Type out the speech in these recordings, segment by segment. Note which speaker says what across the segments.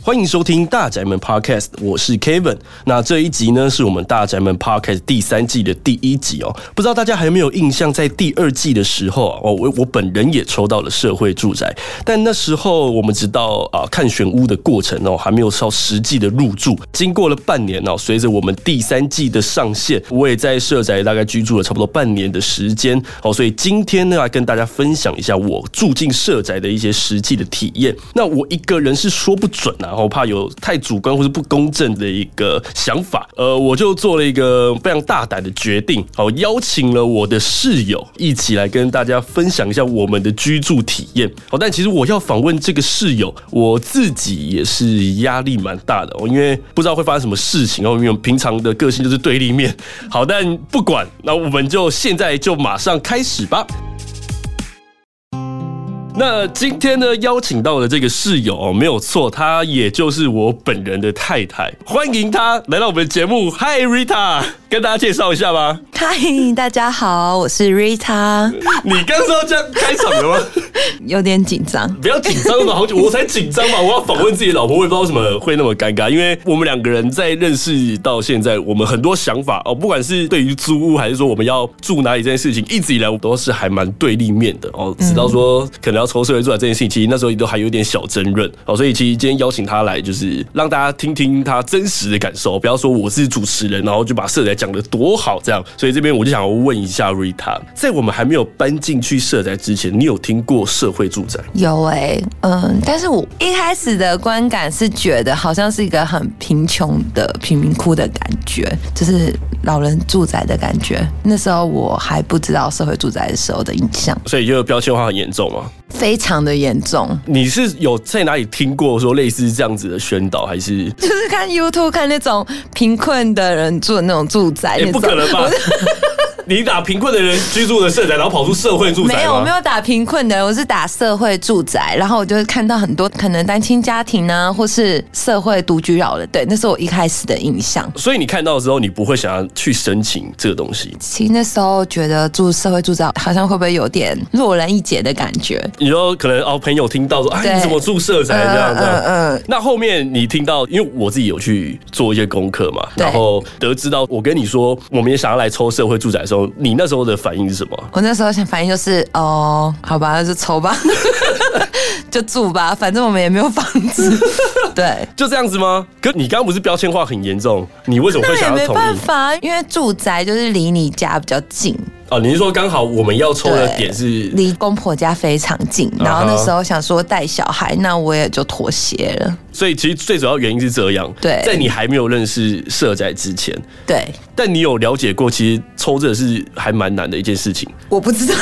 Speaker 1: 欢迎收听大宅门 Podcast，我是 Kevin。那这一集呢，是我们大宅门 Podcast 第三季的第一集哦。不知道大家还有没有印象，在第二季的时候啊，哦，我我本人也抽到了社会住宅，但那时候我们直到啊看选屋的过程哦，还没有到实际的入住。经过了半年哦，随着我们第三季的上线，我也在社宅大概居住了差不多半年的时间哦，所以今天呢，来跟大家分享一下我住进社宅的一些实际的体验。那我一个人是说不准啊，我怕有太主观或是不公正的一个想法，呃，我就做了一个非常大胆的决定，哦，邀请了我的室友一起来跟大家分享一下我们的居住体验。哦，但其实我要访问这个室友，我自己也是压力蛮大的哦，因为不知道会发生什么事情哦，因为我们平常的个性就是对立面。好，但不管，那我们就现在就马上开始吧。那今天呢，邀请到的这个室友哦，没有错，她也就是我本人的太太，欢迎她来到我们的节目。Hi Rita，跟大家介绍一下吧。
Speaker 2: 嗨，大家好，我是 Rita，
Speaker 1: 你刚刚这样开场的吗？
Speaker 2: 有点紧张。
Speaker 1: 不要紧张嘛，好久我才紧张嘛。我要访问自己的老婆，我也不知道为什么会那么尴尬，因为我们两个人在认识到现在，我们很多想法哦，不管是对于租屋还是说我们要住哪里这件事情，一直以来我都是还蛮对立面的哦。直到说可能要抽社会住宅这件事情，其实那时候都还有点小争论哦。所以其实今天邀请他来，就是让大家听听他真实的感受，不要说我是主持人，然后就把社宅讲的多好这样。所以这边我就想要问一下 Rita，在我们还没有搬进去社宅之前，你有听过社会住宅？
Speaker 2: 有哎、嗯，但是我一开始的观感是觉得好像是一个很贫穷的贫民窟的感觉，就是老人住宅的感觉。那时候我还不知道社会住宅的时候的印象
Speaker 1: 所以就标签化很严重嘛。
Speaker 2: 非常的严重，
Speaker 1: 你是有在哪里听过说类似这样子的宣导，还是？
Speaker 2: 就是看 YouTube 看那种贫困的人住的那种住宅，
Speaker 1: 也、
Speaker 2: 那
Speaker 1: 欸不
Speaker 2: 种
Speaker 1: 可能吧？你打贫困的人居住的社宅，然后跑出社会住宅吗
Speaker 2: 没有，我没有打贫困的，我是打社会住宅。然后我就会看到很多可能单亲家庭啊，或是社会独居老人。对，那是我一开始的印象。
Speaker 1: 所以你看到之后，你不会想要去申请这个东西。
Speaker 2: 其实那时候觉得住社会住宅好像会不会有点落人一截的感觉？
Speaker 1: 你说可能哦，朋友听到说，哎，
Speaker 2: 对
Speaker 1: 你怎么住社宅这样
Speaker 2: 嗯
Speaker 1: 这样？
Speaker 2: 嗯嗯
Speaker 1: 那后面你听到，因为我自己有去做一些功课嘛，
Speaker 2: 对
Speaker 1: 然后得知到我跟你说，我们也想要来抽社会住宅的时候，你那时候的反应是什么？
Speaker 2: 我那时候想反应就是哦，好吧，那就抽吧， 就住吧，反正我们也没有房 子。对，
Speaker 1: 就这样子吗？可你刚刚不是标签化很严重，你为什么会
Speaker 2: 那也
Speaker 1: 想要
Speaker 2: 没
Speaker 1: 同
Speaker 2: 办
Speaker 1: 意？
Speaker 2: 法，因为住宅就是离你家比较近。
Speaker 1: 哦，你是说刚好我们要抽的
Speaker 2: 对
Speaker 1: 点是
Speaker 2: 离公婆家非常近，
Speaker 1: 啊哈
Speaker 2: 然后那时候想说带小孩，那我也就妥协了。
Speaker 1: 所以其实最主要原因是这样。
Speaker 2: 对
Speaker 1: 在你还没有认识社宅之前，
Speaker 2: 对，
Speaker 1: 但你有了解过，其实抽这是还蛮难的一件事情，
Speaker 2: 我不知道，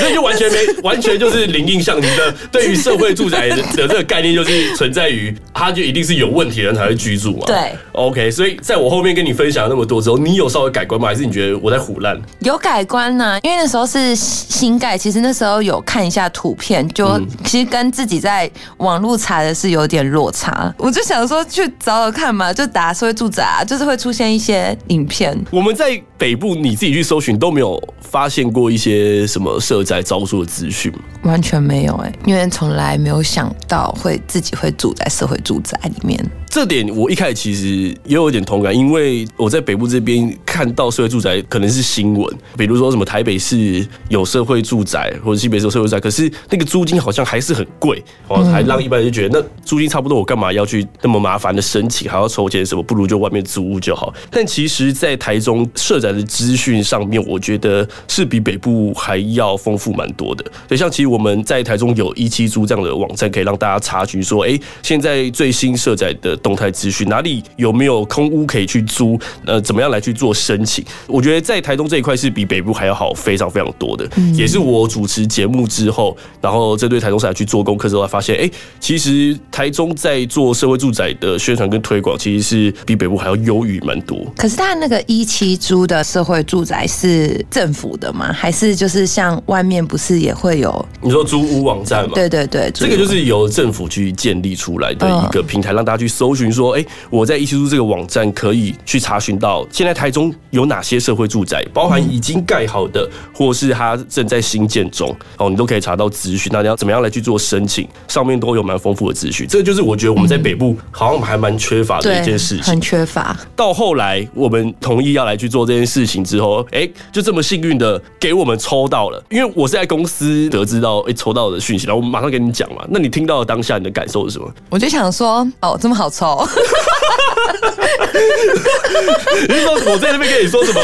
Speaker 1: 所以就完全 没完全就是零印象。你的对于社会住宅的的这个概念，就是存在于它就一定是有问题的人才会居住嘛。
Speaker 2: 对
Speaker 1: ，OK。所以在我后面跟你分享了那么多之后，你有稍微改观吗？还是你觉得我在胡乱？
Speaker 2: 有改观呐、因为那时候是新盖，其实那时候有看一下图片，就、
Speaker 1: 嗯
Speaker 2: 其实跟自己在网络查的是有点落差。我就想说去找找看嘛，就打社会住宅、啊，就是会出现一些影片。
Speaker 1: 我们在北部你自己去搜寻都没有发现过一些什么社宅招租的资讯吗
Speaker 2: 完全没有哎、因为从来没有想到会自己会住在社会住宅里面。
Speaker 1: 这点我一开始其实也有一点同感，因为我在北部这边看到社会住宅可能是新闻，比如说什么台北市有社会住宅，或者新北市有社会住宅，可是那个租金好像还是很贵，哦，还让一般人就觉得那租金差不多，我干嘛要去那么麻烦的申请，还要筹钱什么，不如就外面租屋就好。但其实，在台中社宅的资讯上面，我觉得是比北部还要丰富蛮多的。所以像其实我们在台中有一期租这样的网站，可以让大家查询说，哎、现在最新社宅的动态资讯，哪里有没有空屋可以去租，呃，怎么样来去做申请？我觉得在台中这一块是比北部还要好非常非常多的，也是我主持节目之后，然后针对台中市来去做功课之后，才发现，哎、其实台中在做社会住宅的宣传跟推广，其实是比北部还要优于蛮多。
Speaker 2: 可是他那个一期租的社会住宅是政府的吗？还是就是像外面不是也会有？
Speaker 1: 你说租屋网站嘛？
Speaker 2: 对对对，
Speaker 1: 这个就是由政府去建立出来的一个平台，让大家去搜询说，哎、我在一期书这个网站可以去查询到现在台中有哪些社会住宅，包含已经盖好的，或是它正在新建中，哦，你都可以查到资讯。那你要怎么样来去做申请，上面都有蛮丰富的资讯。这就是我觉得我们在北部好像还蛮缺乏的一件事情
Speaker 2: 很。缺乏。
Speaker 1: 到后来我们同意要来去做这件事情之后，哎、就这么幸运的给我们抽到了。因为我是在公司得知到哎、诶抽到的讯息，然后我马上跟你讲嘛。那你听到的当下你的感受是 什么？
Speaker 2: 我就想说，哦，这么好抽，
Speaker 1: 你是说我在那边跟你说 什么？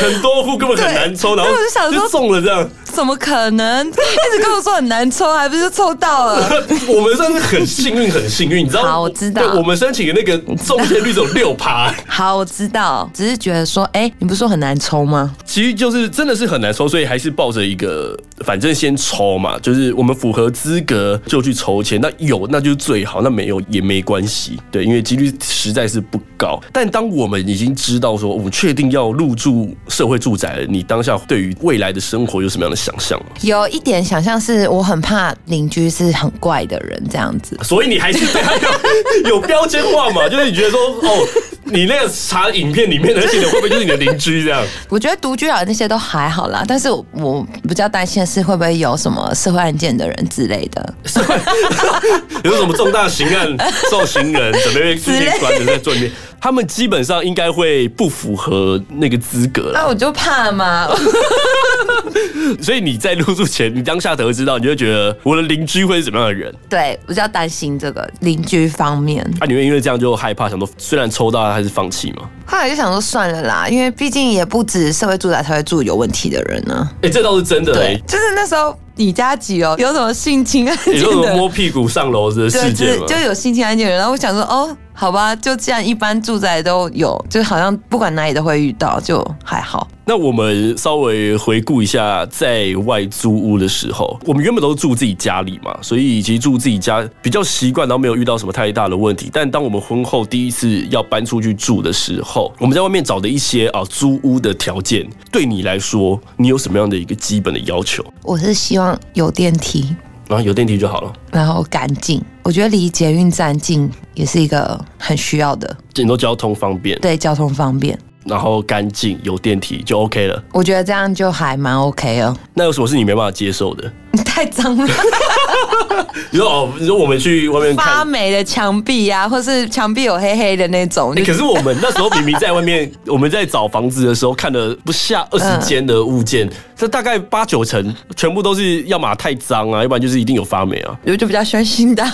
Speaker 1: 很多户根本很难抽，然后
Speaker 2: 对我就想说
Speaker 1: 就中了这样。
Speaker 2: 怎么可能？一直跟我说很难抽，还不是就抽到了？
Speaker 1: 我们算是很幸运，很幸运，你知道？
Speaker 2: 好我知道
Speaker 1: 对我们申请的那个中签率只有六趴，
Speaker 2: 好，我知道，只是觉得说，哎、你不是说很难抽吗？
Speaker 1: 其实就是真的是很难抽，所以还是抱着一个反正先抽嘛，就是我们符合资格就去抽签，那有那就是最好，那没有也没关系，对，因为几率实在是不高。但当我们已经知道说我们确定要入住社会住宅了，你当下对于未来的生活有什么样的想象吗？
Speaker 2: 有一点想象是我很怕邻居是很怪的人这样子。
Speaker 1: 所以你还是对他有有标签化嘛？就是你觉得说哦，你那个查影片里面的那些人会不会就是你的邻居这样？
Speaker 2: 我觉得独居老人那些都还好啦，但是我我比较担心的是会不会有什么社会案件的人之类的。
Speaker 1: 有什么重大刑案、受刑人准备被进去关的在坐里面，他们基本上应该会不符合那个资格
Speaker 2: 那
Speaker 1: 啦。
Speaker 2: 我就怕嘛，啊
Speaker 1: 所以你在入住前，你当下得知到，你就会觉得我的邻居会是什么样的人
Speaker 2: 对，我比较担心这个邻居方面。
Speaker 1: 啊？你会因为这样就害怕，想说虽然抽到还是放弃吗？
Speaker 2: 后来就想说算了啦，因为毕竟也不止社会住宅才会住有问题的人呢、
Speaker 1: 哎、这倒是真的、
Speaker 2: 对
Speaker 1: 欸，。
Speaker 2: 就是那时候李佳吉哦，有什么性侵案
Speaker 1: 你
Speaker 2: 件
Speaker 1: 说什么
Speaker 2: 的，
Speaker 1: 摸屁股上楼的
Speaker 2: 对，
Speaker 1: 事
Speaker 2: 就
Speaker 1: 件
Speaker 2: 是
Speaker 1: 吗？
Speaker 2: 就有性侵案件的人，然后我想说哦，好吧，就既然一般住宅都有，就好像不管哪里都会遇到，就还好。
Speaker 1: 那我们稍微回顾一下，在外租屋的时候，我们原本都是住自己家里嘛，所以其实住自己家比较习惯，然后没有遇到什么太大的问题。但当我们婚后第一次要搬出去住的时候，我们在外面找的一些啊租屋的条件，对你来说，你有什么样的一个基本的要求？
Speaker 2: 我是希望有电梯，
Speaker 1: 然后有电梯就好了，
Speaker 2: 然后干净。我觉得离捷运站近也是一个很需要的，
Speaker 1: 很多交通方便，
Speaker 2: 对交通方便。
Speaker 1: 然后干净，有电梯就 OK 了。
Speaker 2: 我觉得这样就还蛮 OK 哦。
Speaker 1: 那有什么是你没办法接受的？
Speaker 2: 你太脏了，
Speaker 1: 你说哦，你说我们去外面看
Speaker 2: 发霉的墙壁啊，或是墙壁有黑黑的那种，
Speaker 1: 欸
Speaker 2: 就
Speaker 1: 可是我们那时候明明在外面，我们在找房子的时候看了不下二十间的物件，这、大概八九成全部都是要么太脏啊，要不然就是一定有发霉啊。
Speaker 2: 我就比较喜欢 新的。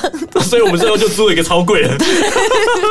Speaker 1: 所以我们最后就租了一个超贵 的，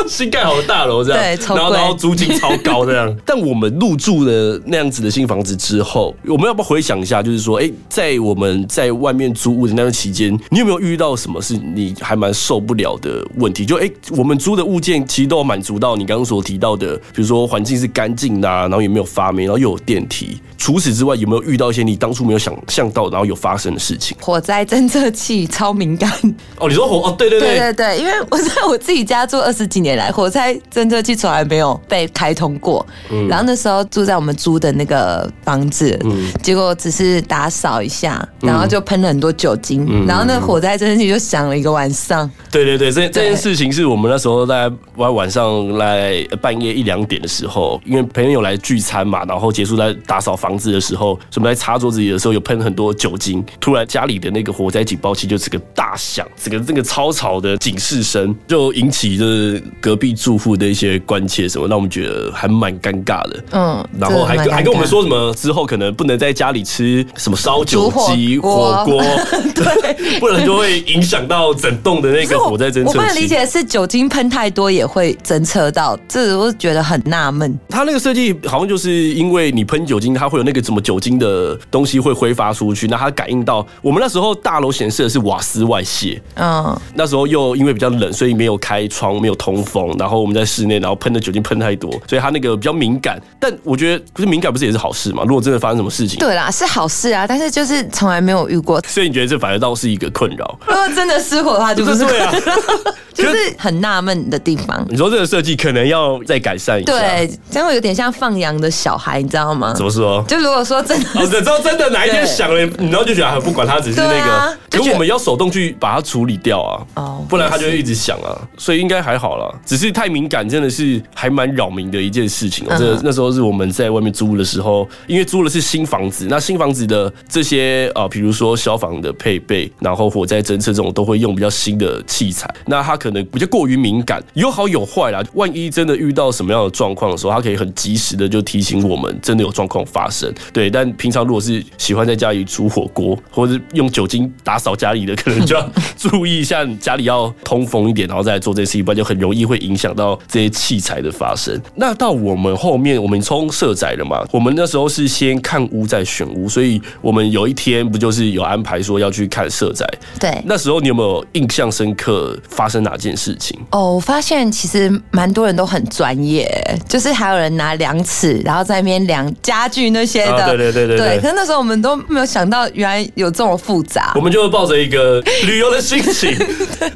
Speaker 1: 新盖好的大楼这样，
Speaker 2: 对超
Speaker 1: 然后
Speaker 2: 贵
Speaker 1: 然后租金超高这 样。但我们入住了那样子的新房子之后，我们要不要回想一下，就是说，哎、在我们在外面租屋的那段期间，你有没有遇到什么是你还蛮受不了的问题？就哎、诶我们租的物件其实都有满足到你刚刚所提到的，比如说环境是干净的、啊，然后也没有发霉，然后又有电梯。除此之外，有没有遇到一些你当初没有想象到，然后有发生的事情？
Speaker 2: 火灾侦测器超敏感，
Speaker 1: 哦，你说火哦，对 对
Speaker 2: 对
Speaker 1: 对，
Speaker 2: 对对，因为我在我自己家住二十几年来，火灾侦测器从来没有被开通过。
Speaker 1: 嗯
Speaker 2: 然后那时候住在我们租的那个房子，
Speaker 1: 嗯
Speaker 2: 结果只是打扫一下，然后就喷了很多酒精，
Speaker 1: 嗯
Speaker 2: 然后那火灾侦测器就响了一个晚上。
Speaker 1: 对对对，这这
Speaker 2: 对
Speaker 1: 件事情是我们那时候大概晚晚上来呃半夜一两点的时候，因为朋友来聚餐嘛，然后结束在打扫房子的时候，所以我们在擦桌子的时候有喷很多酒精，突然家里的那个火灾警报器就整个大响，整个这个超吵的警示声就引起就是隔壁住户的一些关切什么，让我们觉得还蛮尴尬的。
Speaker 2: 嗯
Speaker 1: 然后还
Speaker 2: 真的蛮尴
Speaker 1: 跟
Speaker 2: 尬
Speaker 1: 还跟我们说什么之后可能不能在家里吃什么烧酒鸡、
Speaker 2: 煮火
Speaker 1: 火
Speaker 2: 锅
Speaker 1: 锅， 对，不然就会影响到整栋的那
Speaker 2: 可是
Speaker 1: 个
Speaker 2: 我
Speaker 1: 火灾侦
Speaker 2: 我不能
Speaker 1: 测
Speaker 2: 理
Speaker 1: 器。
Speaker 2: 解是酒精喷太多也会侦测到，这我觉得很纳闷。
Speaker 1: 它那个设计好像就是因为你喷酒精，它会有那个什么酒精的东西会挥发出去，那它感应到我们那时候大楼显示的是瓦斯外泄，
Speaker 2: 嗯，
Speaker 1: 那时候又因为比较冷，所以没有开窗，没有通风，然后我们在室内，然后喷的酒精喷太多，所以它那个比较敏感。但我觉得不是敏感不是也是好事嘛？如果真的发生什么事情，
Speaker 2: 对啦，是好事啊，但是就是从来没有遇过。
Speaker 1: 所以你觉得这反而倒是一个困扰。
Speaker 2: 如果真的失火的话，就不是
Speaker 1: 对啊，
Speaker 2: 就是很纳闷的地方。
Speaker 1: 你说这个设计可能要再改善一下。，
Speaker 2: 对，这样会有点像放羊的小孩，你知道吗
Speaker 1: 怎？么说？
Speaker 2: 就如果说真
Speaker 1: 哦，
Speaker 2: 的，
Speaker 1: 等到真的哪一天
Speaker 2: 对
Speaker 1: 想了，你然后就觉得啊不管它，只是那
Speaker 2: 对啊
Speaker 1: 个。
Speaker 2: 就
Speaker 1: 可
Speaker 2: 觉得
Speaker 1: 我们要手动去把它处理掉啊，
Speaker 2: 哦
Speaker 1: 不然它就会一直响啊，所以应该还好啦。只是太敏感，真的是还蛮扰民的一件事情、哦。
Speaker 2: 嗯
Speaker 1: 这、那时候是我们在外面租的时候，因为租的是新房子，那新房子的这些呃，比如说消防的配备，然后火灾侦测这种都会用比较新的器材，那它可能比较过于敏感，有好有坏啦。万一真的遇到什么样的状况的时候，它可以很及时的就提醒我们真的有状况发生。对，但平常如果是喜欢在家里煮火锅，或者是用酒精打扫家里的，可能就要注意一下，你家里要通风一点，然后再来做这些事情，不然就很容易会影响到这些器材的发生。那到我们后面，我们冲社宅了嘛，我们那时候是先看屋再选屋，所以我们有一天不就是有安排说要去看社宅？
Speaker 2: 对。
Speaker 1: 那时候你有没有印象深刻发生哪件事情？
Speaker 2: 哦，我发现其实蛮多人都很专业，就是还有人拿量尺，然后在那边量家具那些的。
Speaker 1: 啊对对对对对
Speaker 2: 可是那时候我们都没有想到，原来有这么复杂
Speaker 1: 我。们就抱着一 个旅游的心情，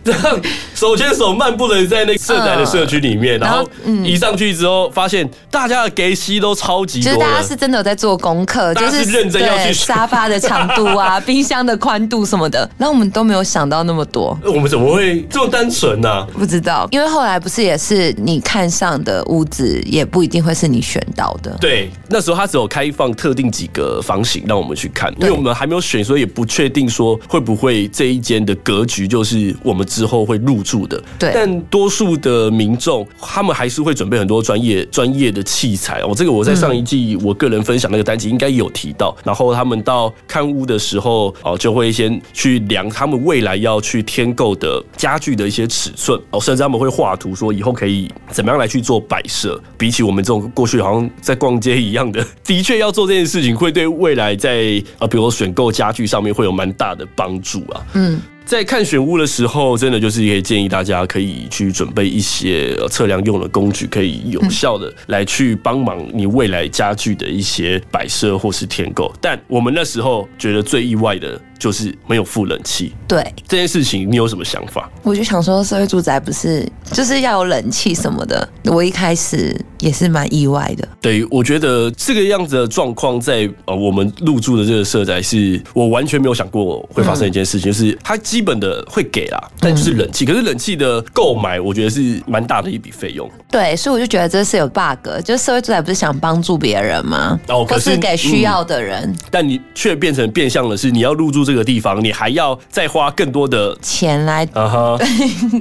Speaker 1: 这样手牵手漫步的在那个社宅的社区里面，然
Speaker 2: 嗯然后
Speaker 1: 后一上去之后，发现大家的 gay 西都超级
Speaker 2: 就是
Speaker 1: 多
Speaker 2: 大家
Speaker 1: 的
Speaker 2: 是。真的有在做功课，
Speaker 1: 大
Speaker 2: 就
Speaker 1: 家是认真要去
Speaker 2: 对
Speaker 1: 学
Speaker 2: 沙发的长度 啊、冰箱的宽度什么的，然后我们都没有想到那么多。
Speaker 1: 我们怎么会这么单纯啊呢、
Speaker 2: 不知道，因为后来不是也是你看上的屋子，也不一定会是你选到的。
Speaker 1: 对，那时候他只有开放特定几个房型让我们去看，因为我们还没有选，所以也不确定说会不会这一间的格局就是我们之后会入住的。
Speaker 2: 对
Speaker 1: 但多数的民众他们还是会准备很多专业专业的器材哦。这个我在上一季我个人分享那个单集应该有提到，然后他们到看屋的时候哦，就会先去量他们未来要去添购的家具的一些尺寸哦，甚至他们会画图说以后可以怎么样来去做摆设。比起我们这种过去好像在逛街一样的， 的确要做这件事情，会对未来在呃，比如说选购家具上面会有蛮大的帮助啊。在看选屋的时候，真的就是可以建议大家可以去准备一些呃测量用的工具，可以有效的来去帮忙你未来家具的一些摆设或是添购。但我们那时候觉得最意外的就是没有附冷气
Speaker 2: 对，
Speaker 1: 这件事情，你有什么想法？
Speaker 2: 我就想说，社会住宅不是就是要有冷气什么的。我一开始也是蛮意外的，
Speaker 1: 对，我觉得这个样子的状况在呃我们入住的这个社宅是，我完全没有想过会发生一件事情，就是它基本的会给啦，但就是冷气，可是冷气的购买，我觉得是蛮大的一笔费用。
Speaker 2: 对，所以我就觉得这是有 bug，就是社会住宅不是想帮助别人吗？
Speaker 1: 哦可
Speaker 2: 或
Speaker 1: 是
Speaker 2: 是给需要的人、
Speaker 1: 但你却变成变相的是，你要入住这个地方，你还要再花更多的
Speaker 2: 钱来，
Speaker 1: 啊哈，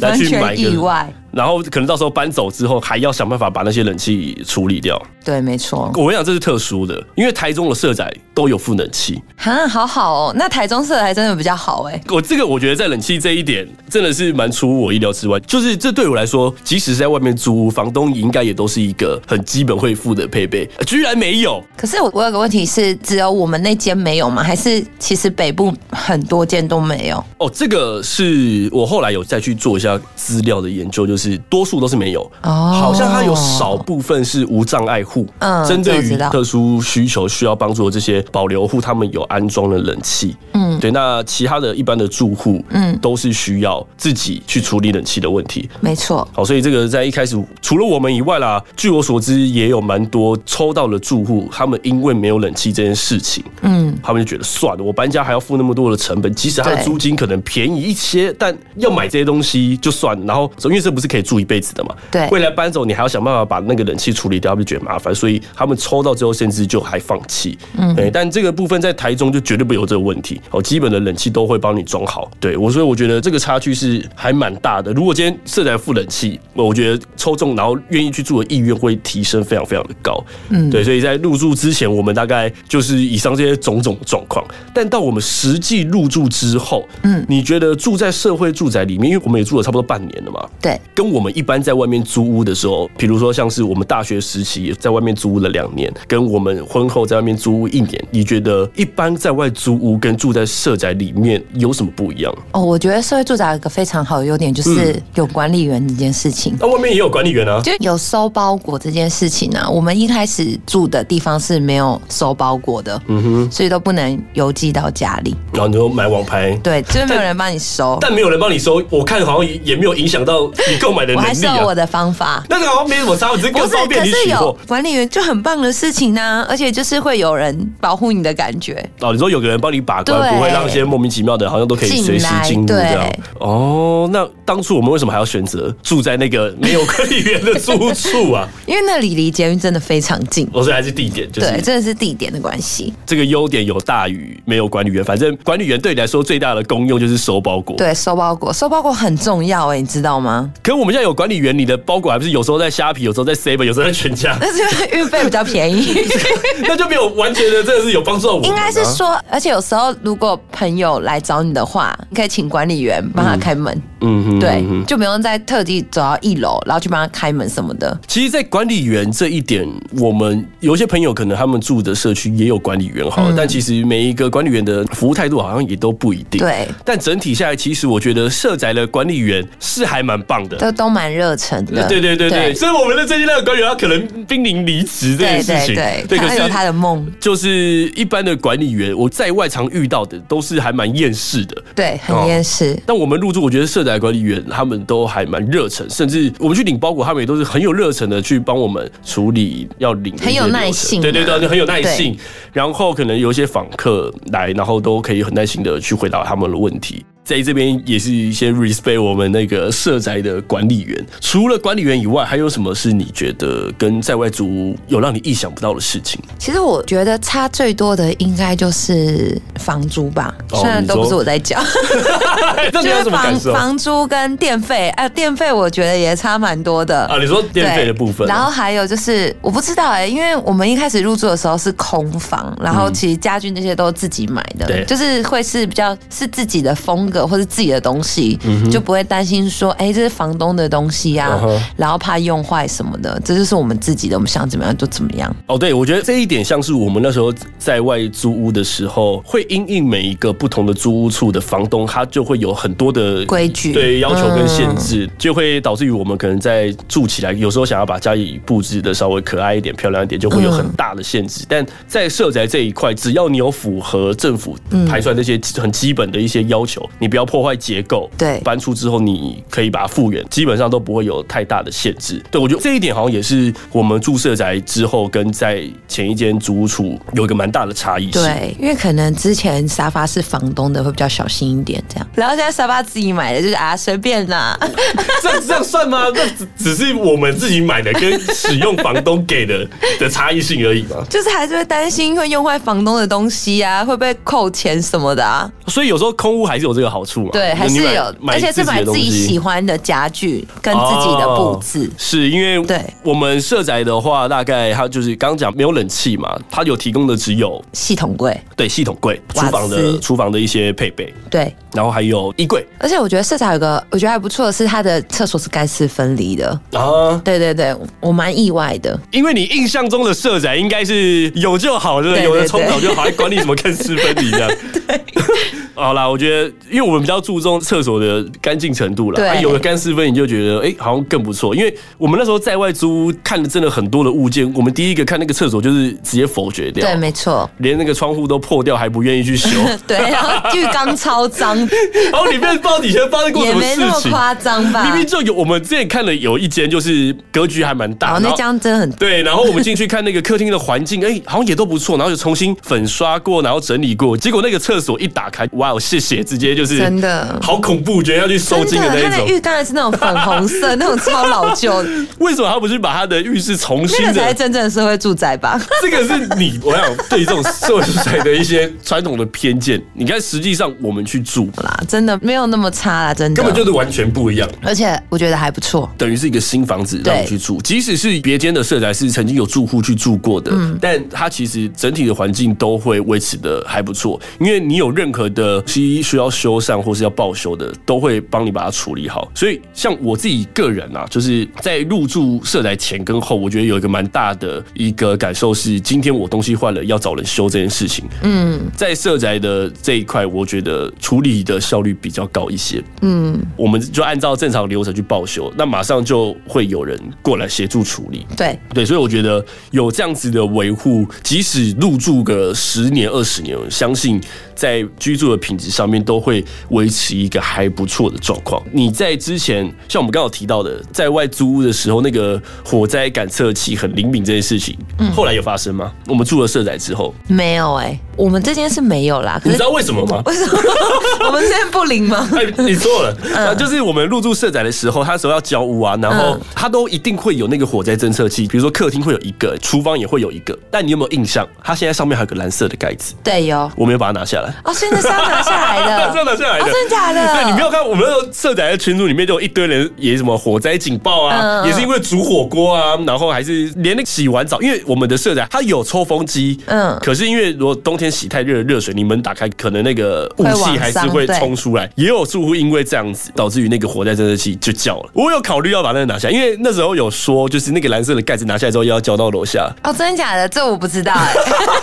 Speaker 1: 来
Speaker 2: 完
Speaker 1: 去买
Speaker 2: 全
Speaker 1: 一个
Speaker 2: 意外。
Speaker 1: 然后可能到时候搬走之后，还要想办法把那些冷气处理掉。
Speaker 2: 对，没错。
Speaker 1: 我跟你讲，这是特殊的，因为台中的社宅都有负冷气。
Speaker 2: 哈，好好哦，那台中社还真的比较好哎。
Speaker 1: 我这个我觉得在冷气这一点真的是蛮出我意料之外，就是这对我来说，即使是在外面租屋，房东应该也都是一个很基本会付的配备，呃居然没有。
Speaker 2: 可是我我有个问题是，只有我们那间没有吗？还是其实北部很多间都没有？
Speaker 1: 哦，这个是我后来有再去做一下资料的研究，就是多数都是没有，
Speaker 2: 哦
Speaker 1: 好像它有少部分是无障碍户，
Speaker 2: 嗯
Speaker 1: 针对于
Speaker 2: 这我知道
Speaker 1: 特殊需求需要帮助的这些保留户，他们有安装了冷气，嗯，对，那其他的一般的住户，嗯，都是需要自己去处理冷气的问题，
Speaker 2: 没错，
Speaker 1: 好，所以这个在一开始，除了我们以外啦，据我所知，也有蛮多抽到了住户，他们因为没有冷气这件事情，嗯，他们就觉得算了，我搬家还要付那么多的成本，即使他的
Speaker 2: 对
Speaker 1: 租金可能便宜一些，但要买这些东西就算了。然后，因为这不是可以住一辈子的嘛，
Speaker 2: 对
Speaker 1: 未来搬走你还要想办法把那个冷气处理掉，他们就觉得麻烦，所以他们抽到之后，甚至就还放弃，嗯，对。但这个部分在台中就绝对不会有这个问题，哦，基本的冷气都会帮你装好，对我，所以我觉得这个差距是还蛮大的。如果今天社宅付冷气，我觉得抽中然后愿意去住的意愿会提升非常非常的高，嗯，对，所以在入住之前，我们大概就是以上这些种种的状况，但到我们实际入住之后，嗯，你觉得住在社会住宅里面，因为我们也住了差不多半年了嘛，
Speaker 2: 对，
Speaker 1: 跟我们一般在外面租屋的时候，比如说像是我们大学时期在外面租屋了两年，跟我们婚后在外面租屋一年，你觉得一般在外租屋跟住在社宅里面有什么不一样？
Speaker 2: 哦，我觉得社会住宅有个非常好的优点，就是有管理员这件事情。
Speaker 1: 那、外面也有管理员啊，
Speaker 2: 就有收包裹这件事情呢、啊，我们一开始住的地方是没有收包裹的，嗯哼，所以都不能邮寄到家里，
Speaker 1: 然后你就买网拍。
Speaker 2: 对，就是没有人帮你收。
Speaker 1: 但没有人帮你收，我看好像也也没有影响到你购买的
Speaker 2: 我
Speaker 1: 能
Speaker 2: 还是
Speaker 1: 力
Speaker 2: 有我
Speaker 1: 啊。
Speaker 2: 的方法，
Speaker 1: 那个好像没什么差，只是
Speaker 2: 不
Speaker 1: 更
Speaker 2: 是，
Speaker 1: 方便
Speaker 2: 可
Speaker 1: 你
Speaker 2: 是
Speaker 1: 取
Speaker 2: 有
Speaker 1: 货。
Speaker 2: 管理员就很棒的事情呢、而且就是会有人保护你的感觉。
Speaker 1: 哦，你说有个人帮你把关，
Speaker 2: 对
Speaker 1: 不会让一些莫名其妙的，好像都可以随时进入
Speaker 2: 进
Speaker 1: 这
Speaker 2: 来对
Speaker 1: 样。哦，那当初我们为什么还要选择住在那个没有管理员的住处 啊？
Speaker 2: 因为那里离捷运真的非常近，
Speaker 1: 我说还是地点，就
Speaker 2: 对，
Speaker 1: 是
Speaker 2: 真的是地点的关系。
Speaker 1: 这个优点有大于没有管理员。反正管理员对你来说最大的功用就是收包裹。
Speaker 2: 对，收包裹，收包裹很重要哎、你知道吗？
Speaker 1: 可我们现在有管理员，你的包裹还不是有时候在虾皮，有时候在 Seven，有时候在全家，
Speaker 2: 但是因为运费比较便宜，
Speaker 1: 那就没有完全的真的是有帮助到我们啊。
Speaker 2: 应该是说，而且有时候如果朋友来找你的话，你可以请管理员帮他开门，
Speaker 1: 嗯哼，嗯哼
Speaker 2: 对，就不用再特地走到一楼，然后去帮他开门什么的。
Speaker 1: 其实，在管理员这一点，我们有些朋友可能他们住的社区也有管理员
Speaker 2: 嗯
Speaker 1: 好了，但其实每一个管理员的服务态度好像也都不一定。
Speaker 2: 对
Speaker 1: 但整体下来，其实我觉得社宅的管理员是还蛮棒的。
Speaker 2: 都都蛮热忱的，
Speaker 1: 对对对对，所以我们的最近那个管理员他可能濒临离职这件
Speaker 2: 对
Speaker 1: 事情，
Speaker 2: 对对，
Speaker 1: 可
Speaker 2: 他有他
Speaker 1: 是
Speaker 2: 的梦，
Speaker 1: 就是一般的管理员，我在外常遇到的都是还蛮厌世的，
Speaker 2: 对，
Speaker 1: 哦
Speaker 2: 很厌世。
Speaker 1: 但我们入住，我觉得社宅管理员他们都还蛮热忱，甚至我们去领包裹，他们也都是很有热忱的去帮我们处理要领的一些
Speaker 2: 很有
Speaker 1: 流程
Speaker 2: 耐性啊
Speaker 1: 对对对，很有耐性。然后可能有一些访客来，然后都可以很耐心的去回答他们的问题。在这边也是一些 respect 我们那个社宅的管理员。除了管理员以外，还有什么是你觉得跟在外租屋有让你意想不到的事 情？
Speaker 2: 其实我觉得差最多的应该就是房租吧，
Speaker 1: 哦
Speaker 2: 虽然
Speaker 1: 你
Speaker 2: 都不
Speaker 1: 说
Speaker 2: 是我在讲，
Speaker 1: 那你
Speaker 2: 就
Speaker 1: 有
Speaker 2: 是
Speaker 1: 什么感
Speaker 2: 房
Speaker 1: 受？
Speaker 2: 房租跟电费，哎、电费我觉得也差蛮多的。
Speaker 1: 啊，你说电费的部分啊，
Speaker 2: 然后还有就是，我不知道哎、因为我们一开始入住的时候是空房，然后其实家具那些都自己买的，
Speaker 1: 嗯对
Speaker 2: 就是会是比较是自己的风格或是自己的东西，就不会担心说，哎、这是房东的东西呀、
Speaker 1: 嗯哼
Speaker 2: 然后怕用坏什么的，这就是我们自己的，我们想怎么样就怎么样。
Speaker 1: 哦，对，我觉得这一点像是我们那时候在外租屋的时候，会因应每一个不同的租屋处的房东，他就会有很多的
Speaker 2: 规矩嗯
Speaker 1: 对要求跟限制，就会导致于我们可能在住起来，有时候想要把家里布置的稍微可爱一点、漂亮一点，就会有很
Speaker 2: 嗯
Speaker 1: 大的限制。但在社宅这一块，只要你有符合政府排出来那些很基本的一些要求，你不要破坏结构，
Speaker 2: 对
Speaker 1: 搬出之后你可以把它复原，基本上都不会有太大的限制。对我觉得这一点好像也是我们住社宅之后跟在前一间租屋处有一个蛮大的差异性。
Speaker 2: 对，因为可能之前沙发是房东的，会比较小心一点这样。然后现在沙发自己买的，就是啊随便啦。
Speaker 1: 这这样算吗？那只只是我们自己买的跟使用房东给的的差异性而已嘛。
Speaker 2: 就是还是会担心会用坏房东的东西啊，会被扣钱什么的啊。
Speaker 1: 所以有时候空屋还是有这个好处嘛。
Speaker 2: 对，还是
Speaker 1: 哦你买
Speaker 2: 有，
Speaker 1: 买
Speaker 2: 而且是
Speaker 1: 自己
Speaker 2: 买
Speaker 1: 的
Speaker 2: 自
Speaker 1: 东
Speaker 2: 己
Speaker 1: 西
Speaker 2: 喜欢的家具跟自己的布置
Speaker 1: 哦。是因为
Speaker 2: 对
Speaker 1: 我们社宅的话，大概它就是刚刚讲没有冷气嘛，它有提供的只有
Speaker 2: 系统柜。
Speaker 1: 对系统柜、厨
Speaker 2: 瓦斯
Speaker 1: 房的厨房的一些配备，
Speaker 2: 对，
Speaker 1: 然后还有衣柜
Speaker 2: 而且我觉得色彩有个我觉得还不错的是，它的厕所是干湿分离的。
Speaker 1: 啊。
Speaker 2: 对对对，我蛮意外的。
Speaker 1: 因为你印象中的社宅应该是有就好，对不对？
Speaker 2: 对
Speaker 1: 有的
Speaker 2: 对
Speaker 1: 冲
Speaker 2: 对
Speaker 1: 澡就好，还管你什么干湿分离这 样。好啦，我觉得，因为我们比较注重厕所的干净程度啦，
Speaker 2: 对
Speaker 1: 啊、有了干湿分离，你就觉得哎、诶好像更不错。因为我们那时候在外租屋看的真的很多的物件，我们第一个看那个厕所就是直接否决掉，
Speaker 2: 对，没错。
Speaker 1: 连那个窗户都破掉，还不愿意去修。
Speaker 2: 对，然后浴缸 超脏，
Speaker 1: 然后里面不知道以前发生过
Speaker 2: 也
Speaker 1: 什么
Speaker 2: 没那么
Speaker 1: 事情，
Speaker 2: 夸张啊吧
Speaker 1: 明？明就有我们之前看了有一间，就是格局还蛮大，
Speaker 2: 哦，
Speaker 1: 然
Speaker 2: 那
Speaker 1: 后
Speaker 2: 张真的很
Speaker 1: 对，然后我们进去看那个客厅的环境，哎、好像也都不错，然后就重新粉刷过，然后整理过。结果那个厕所一打开，哇，哦谢谢，直接就是
Speaker 2: 真的
Speaker 1: 好恐怖，觉得要去收
Speaker 2: 真
Speaker 1: 金的那一
Speaker 2: 的，它
Speaker 1: 种。
Speaker 2: 的浴缸还是那种粉红色，那种超老旧的。
Speaker 1: 为什么他不去把他的浴室重新
Speaker 2: 那个才
Speaker 1: 的
Speaker 2: 是？真正的社会住宅 吧？
Speaker 1: 这个是你，我想对这种社会住宅的一些传统的偏见。你看，实际上我们去住，
Speaker 2: 啦，真的没有那么差啦，真的。
Speaker 1: 根本就是完全不一样。
Speaker 2: 而且我觉得还不错。
Speaker 1: 等于是一个新房子让你去住，即使是别间的社宅是曾经有住户去住过的，但它其实整体的环境都会维持的还不错，因为你有任何的的西医需要修缮或是要报修的，都会帮你把它处理好。所以像我自己个人啊，就是在入住社宅前跟后，我觉得有一个蛮大的一个感受是，今天我东西坏了要找人修这件事情，
Speaker 2: 嗯，
Speaker 1: 在社宅的这一块，我觉得处理的效率比较高一些。嗯，我们就按照正常流程去报修，那马上就会有人过来协助处理。
Speaker 2: 对，
Speaker 1: 对，所以我觉得有这样子的维护，即使入住个十年二十年，我相信在居住的品质上面都会维持一个还不错的状况。你在之前，像我们刚刚有提到的，在外租屋的时候，那个火灾感测器很灵敏这件事情，后来有发生吗？我们住了社宅之后，
Speaker 2: 没有哎、我们这间是没有啦。
Speaker 1: 你知
Speaker 2: 可是
Speaker 1: 道为什么吗？
Speaker 2: 为什么 我们现在不灵 吗？
Speaker 1: 哎，你错了，啊，就是我们入住社宅的时候，他时候要交屋啊，然后
Speaker 2: 嗯
Speaker 1: 他都一定会有那个火灾侦测器，比如说客厅会有一个，厨房也会有一个。但你有没有印象？它现在上面还有个蓝色的盖子，
Speaker 2: 对哟。
Speaker 1: 我没有把它拿下来。
Speaker 2: 哦，所以那是要拿下来 的，
Speaker 1: 是要拿下来的哎
Speaker 2: 哦，真的假的？
Speaker 1: 对，你没有看我们那个社宅的群组里面就有一堆人也什么火灾警报啊，
Speaker 2: 嗯嗯
Speaker 1: 也是因为煮火锅啊，然后还是连那个洗完澡，因为我们的社宅它有抽风机，嗯
Speaker 2: 嗯，
Speaker 1: 可是因为如果冬天洗太热的热水，你门打开可能那个雾
Speaker 2: 会
Speaker 1: 气
Speaker 2: 往
Speaker 1: 还是
Speaker 2: 上
Speaker 1: 会
Speaker 2: 对
Speaker 1: 冲出来，也有住户因为这样子导致于那个火灾侦测器就叫了。我有考虑要把那个拿下，因为那时候有说就是那个蓝色的盖子拿下来之后要交到楼下，
Speaker 2: 哦，真的假的？这我不知道哎、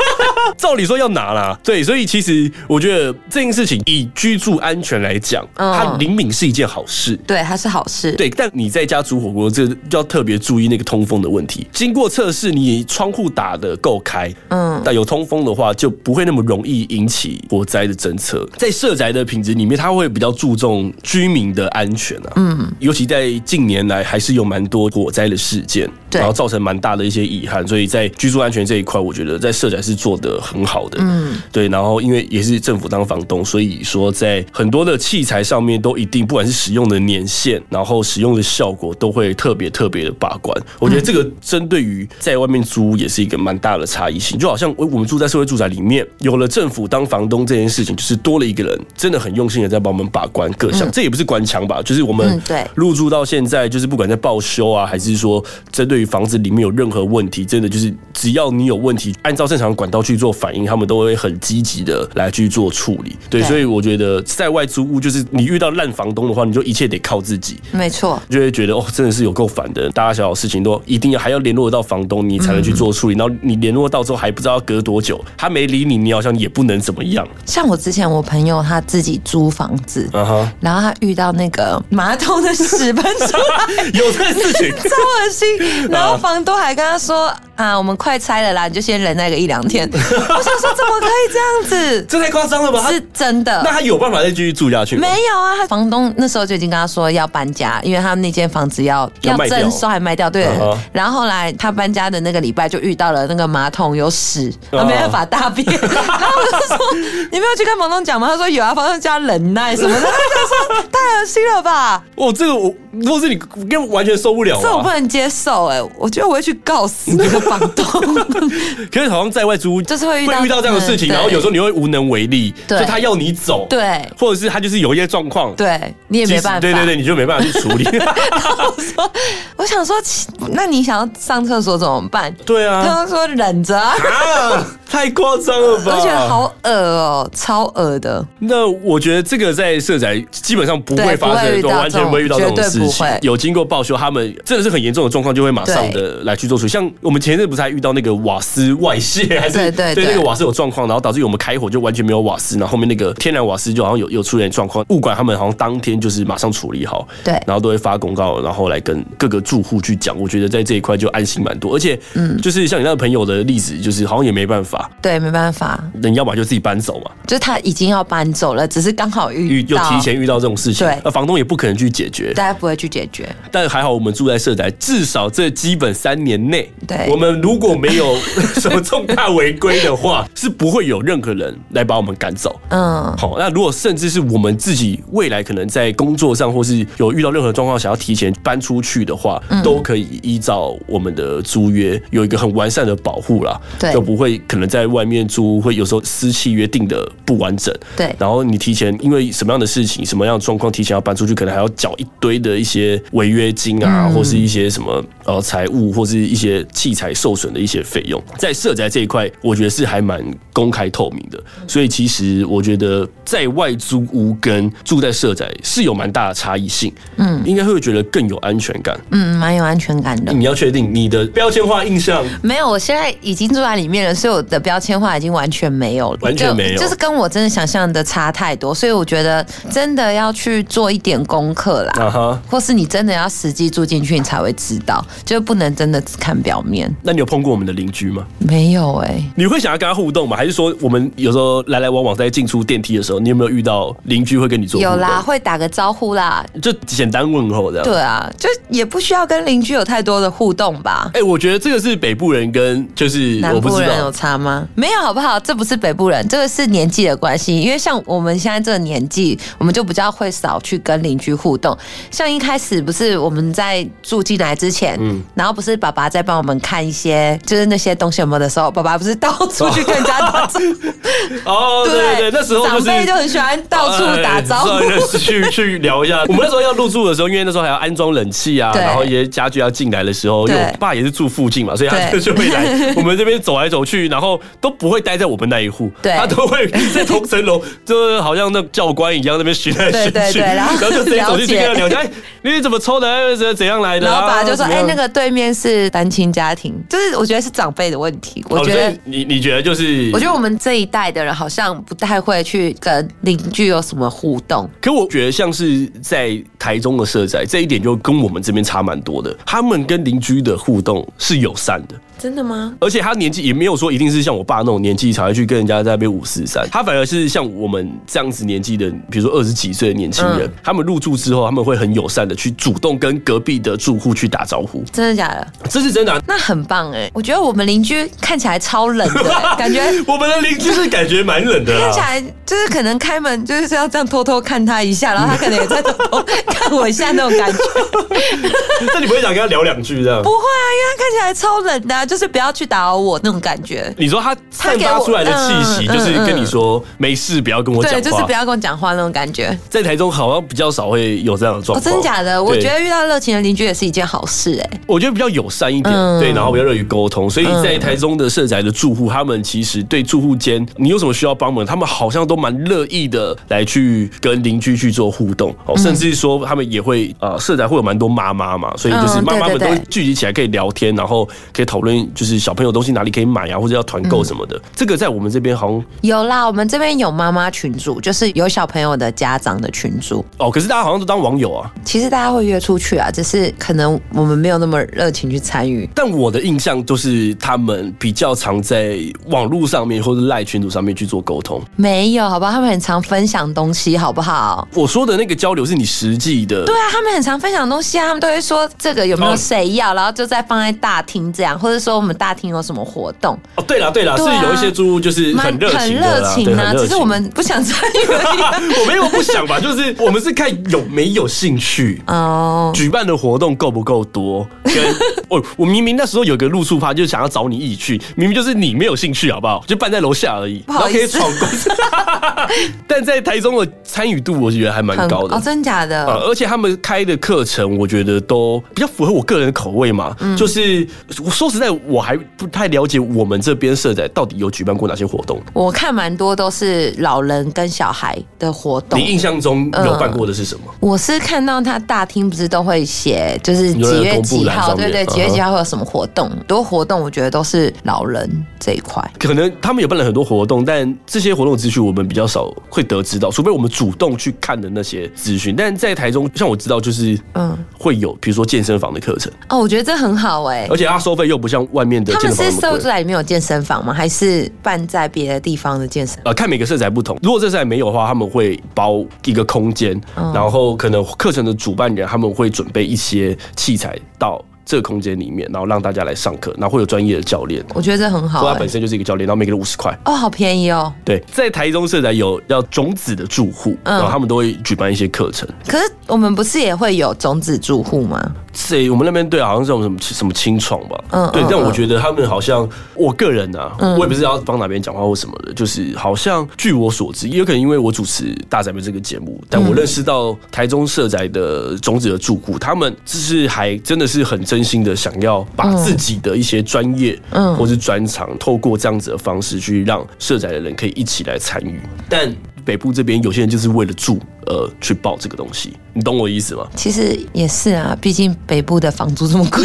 Speaker 1: 照理说要拿啦，对，所以其实我觉得这件事情以居住安全来讲，
Speaker 2: 嗯
Speaker 1: 它灵敏是一件好事。
Speaker 2: 对，它是好事。
Speaker 1: 对，但你在家煮火锅，这就要特别注意那个通风的问题。经过测试，你窗户打得够开，嗯
Speaker 2: 嗯，
Speaker 1: 但有通风的话，就不会那么容易引起火灾的侦测。在社宅的品质里面，它会比较注重居民的安全啊，嗯，尤其在近年来还是有蛮多火灾的事件，
Speaker 2: 对
Speaker 1: 然后造成蛮大的一些遗憾，所以在居住安全这一块，我觉得在社宅是做得很好的，嗯，对，然后因为也是政府当房东，所以说在很多的器材上面都一定，不管是使用的年限，然后使用的效果，都会特别特别的把关。我觉
Speaker 2: 嗯
Speaker 1: 得这个针对于在外面租屋也是一个蛮大的差异性，就好像我我们住在社会住宅里面，有了政府当房东这件事情，就是多了一个人，真的很用心的在帮我们把关各项，这也不是官腔吧，就是我们
Speaker 2: 嗯对
Speaker 1: 入住到现在，就是不管在报修啊，还是说针对于房子里面有任何问题，真的就是只要你有问题，按照正常管道去做反应，他们都会很积极的来去做处理。对，
Speaker 2: 对
Speaker 1: 所以我觉得在外租屋，就是你遇到烂房东的话，你就一切得靠自己。
Speaker 2: 没错。
Speaker 1: 就会觉得哦，真的是有够烦的，大大小小事情都一定要还要联络到房东，你才能去做处理。然后你联络到之后还不知道要隔多久，他没理你，你好像也不能怎么样。
Speaker 2: 像我之前我朋友他自己租房子，
Speaker 1: 啊哈，
Speaker 2: 然后他遇到那个马桶的屎喷出来。
Speaker 1: 有这个事情，
Speaker 2: 超恶
Speaker 1: 啊
Speaker 2: 心。然后房东还跟他说啊，我们快拆了啦，你就先忍耐个一两天。 我想说，怎么可以这样 子？
Speaker 1: 这太夸张了吧？他
Speaker 2: 是真
Speaker 1: 那
Speaker 2: 的。
Speaker 1: 他有办法再继续住下去吗？
Speaker 2: 没有啊，他房东那时候就已经跟他说要搬家，因为他那间房子要
Speaker 1: 要卖掉
Speaker 2: 征收还卖掉，对。
Speaker 1: 嗯哼
Speaker 2: 然后后来他搬家的那个礼拜就遇到了那个马桶有屎，
Speaker 1: 嗯
Speaker 2: 他没办法大 便。然后我就说你没有去跟房东讲吗？他说有啊，房东叫他忍耐什么的。他就说太恶心了吧，
Speaker 1: 哦，这个我如果是你，应该完全受不了啊
Speaker 2: 这我不
Speaker 1: 吧？
Speaker 2: 能接受哎、我觉得我会去告死那个房东。
Speaker 1: 可是好像在外租屋
Speaker 2: 就是会遇到
Speaker 1: 会遇到这样的事情，
Speaker 2: 嗯对
Speaker 1: 然后有时候你会无能为力，
Speaker 2: 对
Speaker 1: 就他要你走，，
Speaker 2: 对
Speaker 1: 或者是他就是有一些状况，，
Speaker 2: 对，你也没办法。
Speaker 1: 对对对，你啊就没办法去处理，
Speaker 2: 我说， 我想说，其那你想要上厕所怎么办？
Speaker 1: 对啊，
Speaker 2: 他说忍着、啊，
Speaker 1: 啊，太夸张了
Speaker 2: 我
Speaker 1: 吧？
Speaker 2: 就觉得好恶哦、超恶的。
Speaker 1: 那我觉得这个在社宅基本上不会
Speaker 2: 对
Speaker 1: 发
Speaker 2: 不会
Speaker 1: 生，
Speaker 2: 遇
Speaker 1: 都
Speaker 2: 到
Speaker 1: 完全不会遇到这
Speaker 2: 这
Speaker 1: 种
Speaker 2: 种绝对
Speaker 1: 事
Speaker 2: 不
Speaker 1: 情
Speaker 2: 会。
Speaker 1: 有经过报修，他们真的是很严重的状况，就会马上的来去做处理。像我们前一阵不是还遇到那个瓦斯外泄，还是
Speaker 2: 对对对
Speaker 1: 那个瓦斯有状况，然后导致于我们开火就完全没有瓦斯，然后后面那个天然瓦斯就好像有有出现状况，物管他们好像当天就是马上处理好，
Speaker 2: 对
Speaker 1: 然后都会发公告，然后来跟各个住户去讲。我觉得在这一块就安心蛮多，而且嗯，就是像你那个朋友的例子，就是好像也没办法，
Speaker 2: 对，没办法，
Speaker 1: 人要么就自己搬走嘛，
Speaker 2: 就是他已经要搬走了，只是刚好
Speaker 1: 遇
Speaker 2: 遇
Speaker 1: 又
Speaker 2: 到，
Speaker 1: 提前遇到这种事情
Speaker 2: 对，
Speaker 1: 那房东也不可能去解决。
Speaker 2: 大家不会去解决。
Speaker 1: 但还好我们住在社宅，至少这基本三年内，
Speaker 2: 对
Speaker 1: 我们如果没有 什么重大违规的话，是不会有任何人来把我们赶走。
Speaker 2: 嗯，
Speaker 1: 好，那如果甚至是我们自己未来可能在工作上或是有遇到任何状况，想要提前搬出去的话，
Speaker 2: 嗯
Speaker 1: 都可以依照我们的租约有一个很完善的保护啦，
Speaker 2: 对
Speaker 1: 就不会可能在外面租会有时候私契约定的不完整，
Speaker 2: 对
Speaker 1: 然后你提前因为什么样的事情、什么样的状况提前要搬出去，可能还要缴一堆的一些违约金啊，
Speaker 2: 嗯
Speaker 1: 或是一些什么呃财务或是一些器材受损的一些费用，在社宅这一块，我觉得是还蛮公开透明的，
Speaker 2: 嗯
Speaker 1: 所以其实我觉得在外租屋跟住在社宅是有蛮大的差异性，嗯，应该会觉得更有安全感。
Speaker 2: 嗯，蛮有安全感的。
Speaker 1: 你要确定你的标签化印 象
Speaker 2: 没有，我现在已经住在里面了，所以我的标签化已经完全没有了，
Speaker 1: 完全没有
Speaker 2: 就，就是跟我真的想象的差太多，所以我觉得真的要去做一点功课啦。
Speaker 1: 啊哈。
Speaker 2: 或是你真的要实际住进去，你才会知道，就不能真的只看表面。
Speaker 1: 那你有碰过我们的邻居吗？
Speaker 2: 没有哎、
Speaker 1: 你会想要跟他互动吗？还是说我们有时候来来往往在进出电梯的时候，你有没有遇到邻居会跟你做互
Speaker 2: 有
Speaker 1: 动？
Speaker 2: 啦，，会打个招呼啦。
Speaker 1: 就简单问候这样。
Speaker 2: 对啊，就也不需要跟邻居有太多的互动吧。
Speaker 1: 哎、我觉得这个是北部人跟就是
Speaker 2: 南
Speaker 1: 我不
Speaker 2: 部
Speaker 1: 知
Speaker 2: 人有
Speaker 1: 道，
Speaker 2: 差吗？没有，好不好？这不是北部人，这个是年纪的关系。因为像我们现在这个年纪，我们就比较会少去跟邻居互动。像一开始不是我们在住进来之前，
Speaker 1: 嗯
Speaker 2: 然后不是爸爸在帮我们看一些就是那些东西有没有的时候，爸爸不是到处去跟人家打招呼，
Speaker 1: 哦，对对对，那时候
Speaker 2: 长
Speaker 1: 就是
Speaker 2: 辈就很喜欢到处打招
Speaker 1: 哎
Speaker 2: 呼。
Speaker 1: 稍微去去聊一下。我们那时候要入住的时候，因为那时候还要安装冷气啊，
Speaker 2: 对
Speaker 1: 然后一些家具要进来的时候，因
Speaker 2: 对
Speaker 1: 为我爸也是住附近嘛，所以他
Speaker 2: 对
Speaker 1: 就会来我们这边走来走去，然后都不会待在我们那一户，
Speaker 2: 对
Speaker 1: 他都会在同层楼，就是好像那教官一样那边巡来巡去，
Speaker 2: 对对对然
Speaker 1: 然
Speaker 2: 后
Speaker 1: 后就直接走进去
Speaker 2: 了
Speaker 1: 跟
Speaker 2: 解
Speaker 1: 他聊天，哎，你怎么抽的？哎怎怎样来的
Speaker 2: 然
Speaker 1: 啊？
Speaker 2: 后爸爸就说：“
Speaker 1: 怎么
Speaker 2: 哎、
Speaker 1: 样
Speaker 2: 那个对面是单亲家庭，就是我觉得是长辈的问题。我
Speaker 1: 哦
Speaker 2: 觉
Speaker 1: 所
Speaker 2: 得
Speaker 1: 以你你觉得就是，
Speaker 2: 我觉得我们这一代的人好像不太会去跟邻居有什么互动。
Speaker 1: 可我觉得像是在台中的社宅这一点就跟我们这边差蛮多的，他们跟邻居的互动是友善的，
Speaker 2: 真的吗？
Speaker 1: 而且他年纪也没有说一定是像我爸那种年纪才会去跟人家在那边五四三，他反而是像我们这样子年纪的，比如说二十几岁的年轻
Speaker 2: 嗯
Speaker 1: 人，他们入住之后，他们会很友善的去主动跟隔壁的住户去打招呼，
Speaker 2: 真的假的？
Speaker 1: 这是真的啊、
Speaker 2: 那很棒哎、我觉得我们邻居看起来超冷的、 感觉
Speaker 1: 我们的邻居是感觉蛮冷的
Speaker 2: 看起
Speaker 1: 啦。
Speaker 2: 来就是可能开门就是要这样偷偷看他一下，然后他可能也在偷偷看我一下那种感觉。
Speaker 1: 那你不会想跟他聊两句这样
Speaker 2: 不？会啊，因为他看起来超冷的啊、就是不要去打扰我那种感觉。
Speaker 1: 你说他散发出来的气息，
Speaker 2: 他给
Speaker 1: 就
Speaker 2: 我
Speaker 1: 是跟
Speaker 2: 嗯嗯
Speaker 1: 你
Speaker 2: 嗯
Speaker 1: 说没事，不要跟我讲话。
Speaker 2: 对，就是不要跟我讲话那种感觉。
Speaker 1: 在台中好像比较少会有这样的状
Speaker 2: 哦，
Speaker 1: 况、
Speaker 2: 真的假的？我
Speaker 1: 对
Speaker 2: 觉得遇到热情的邻居也是一件好事哎、
Speaker 1: 我觉得比较友善一点，
Speaker 2: 嗯
Speaker 1: 对，然后比较乐于沟通，所以在台中的社宅的住户，他们其实对住户间你有什么需要帮忙，他们好像都蛮乐意的来去跟邻居去做互动，
Speaker 2: 嗯
Speaker 1: 哦，甚至说他们也会呃，社宅会有蛮多妈妈嘛，所以就是
Speaker 2: 嗯
Speaker 1: 妈妈们都
Speaker 2: 对对对
Speaker 1: 聚集起来可以聊天，然后可以讨论就是小朋友东西哪里可以买啊，或者要团
Speaker 2: 嗯
Speaker 1: 购什么的，这个在我们这边好像
Speaker 2: 有啦，我们这边有妈妈群组，就是有小朋友的家长的群组。
Speaker 1: 哦，可是大家好像都当网友啊，
Speaker 2: 其实大家会约出去啊，只是可能我们没有那么热情去参与。
Speaker 1: 但我的印象就是他们比较常在网络上面或者赖群组上面去做沟通。
Speaker 2: 没有，好吧，他们很常分享东西，好不好？
Speaker 1: 我说的那个交流是你实际的，
Speaker 2: 对啊，他们很常分享东西啊，他们都会说这个有没有
Speaker 1: 哦
Speaker 2: 谁要，然后就再放在大厅这样，或者说我们大厅有什么活动，
Speaker 1: 哦，对了对了，是
Speaker 2: 对啊
Speaker 1: 有一些租屋就是很热
Speaker 2: 很
Speaker 1: 情的
Speaker 2: 热
Speaker 1: 啦，对，
Speaker 2: 情
Speaker 1: 很
Speaker 2: 啊，
Speaker 1: 热
Speaker 2: 只
Speaker 1: 情
Speaker 2: 是我。们不想参与 而已。
Speaker 1: 我没有不想 吧，就是我们是看有没有兴趣，
Speaker 2: 哦，
Speaker 1: 举办的活动够不够多。跟 我我明明那时候有个露宿趴，就是想要找你一起去，明明就是你没有兴趣，好不好？就办在楼下而已，然
Speaker 2: 好
Speaker 1: 后可以
Speaker 2: 意思
Speaker 1: 闯关。 但在台中的参与度，我觉得还蛮
Speaker 2: 很
Speaker 1: 高的
Speaker 2: 哦，真假的？
Speaker 1: 呃，而且他们开的课程，我觉得都比较符合我个人的口味嘛。
Speaker 2: 嗯
Speaker 1: 就是我说实在，我还不太了解我们这边社宅到底有举办过哪些活动。
Speaker 2: 我看蛮多都是老人跟小孩的活动
Speaker 1: 你。印象中有办过的是什么？
Speaker 2: 我是看到他大厅不是都会写，就是
Speaker 1: 有人
Speaker 2: 几月
Speaker 1: 公布
Speaker 2: 几
Speaker 1: 栏
Speaker 2: 号，
Speaker 1: 上面
Speaker 2: 对对，
Speaker 1: 嗯哼
Speaker 2: 几月几号会有什么活动？很多活动我觉得都是老人这一块。
Speaker 1: 可能他们也办了很多活动，但这些活动资讯我们比较少会得知到，除非我们主动去看的那些资讯。但在台中，像我知道就是，嗯
Speaker 2: 嗯，
Speaker 1: 会有比如说健身房的课程，
Speaker 2: 哦，我觉得这很好哎、
Speaker 1: 而且它收费又不像外面的
Speaker 2: 他
Speaker 1: 健
Speaker 2: 们
Speaker 1: 身房
Speaker 2: 是
Speaker 1: 那么贵。
Speaker 2: 收住在里面有健身房吗？还是办在别的地方的健身？
Speaker 1: 呃，看每个社宅不同。如果这社宅没有的话，他们会包一个空间，然后可能课程的主办人他们会准备一些器材到这个空间里面，然后让大家来上课，然后会有专业的教练。
Speaker 2: 我觉得这很好
Speaker 1: 所以他
Speaker 2: 哎、
Speaker 1: 啊本身就是一个教练，然后每个人五十块。
Speaker 2: 哦，好便宜哦。
Speaker 1: 对，在台中社宅有要种子的住户，
Speaker 2: 嗯
Speaker 1: 然后他们都会举办一些课程。
Speaker 2: 可是我们不是也会有种子住户吗？
Speaker 1: 这我们那边对，好像是有什么什么清创吧，
Speaker 2: 嗯
Speaker 1: 对
Speaker 2: 嗯。
Speaker 1: 但我
Speaker 2: 嗯
Speaker 1: 觉得他们好像，我个人啊，我也不是要帮哪边讲话或什么的，就是好像据我所知，也有可能因为我主持《大宅门》这个节
Speaker 2: 嗯
Speaker 1: 目，但我认识到台中社宅的种子的住户，他们就是还真的是很珍真心的想要把
Speaker 2: 嗯
Speaker 1: 自己的一些专业，嗯，或是专长，透过这样子的方式去让社宅的人可以一起来参与。但北部这边有些人就是为了住，呃，去报这个东西，你懂我意思吗？
Speaker 2: 其实也是啊，毕竟北部的房租这 么贵。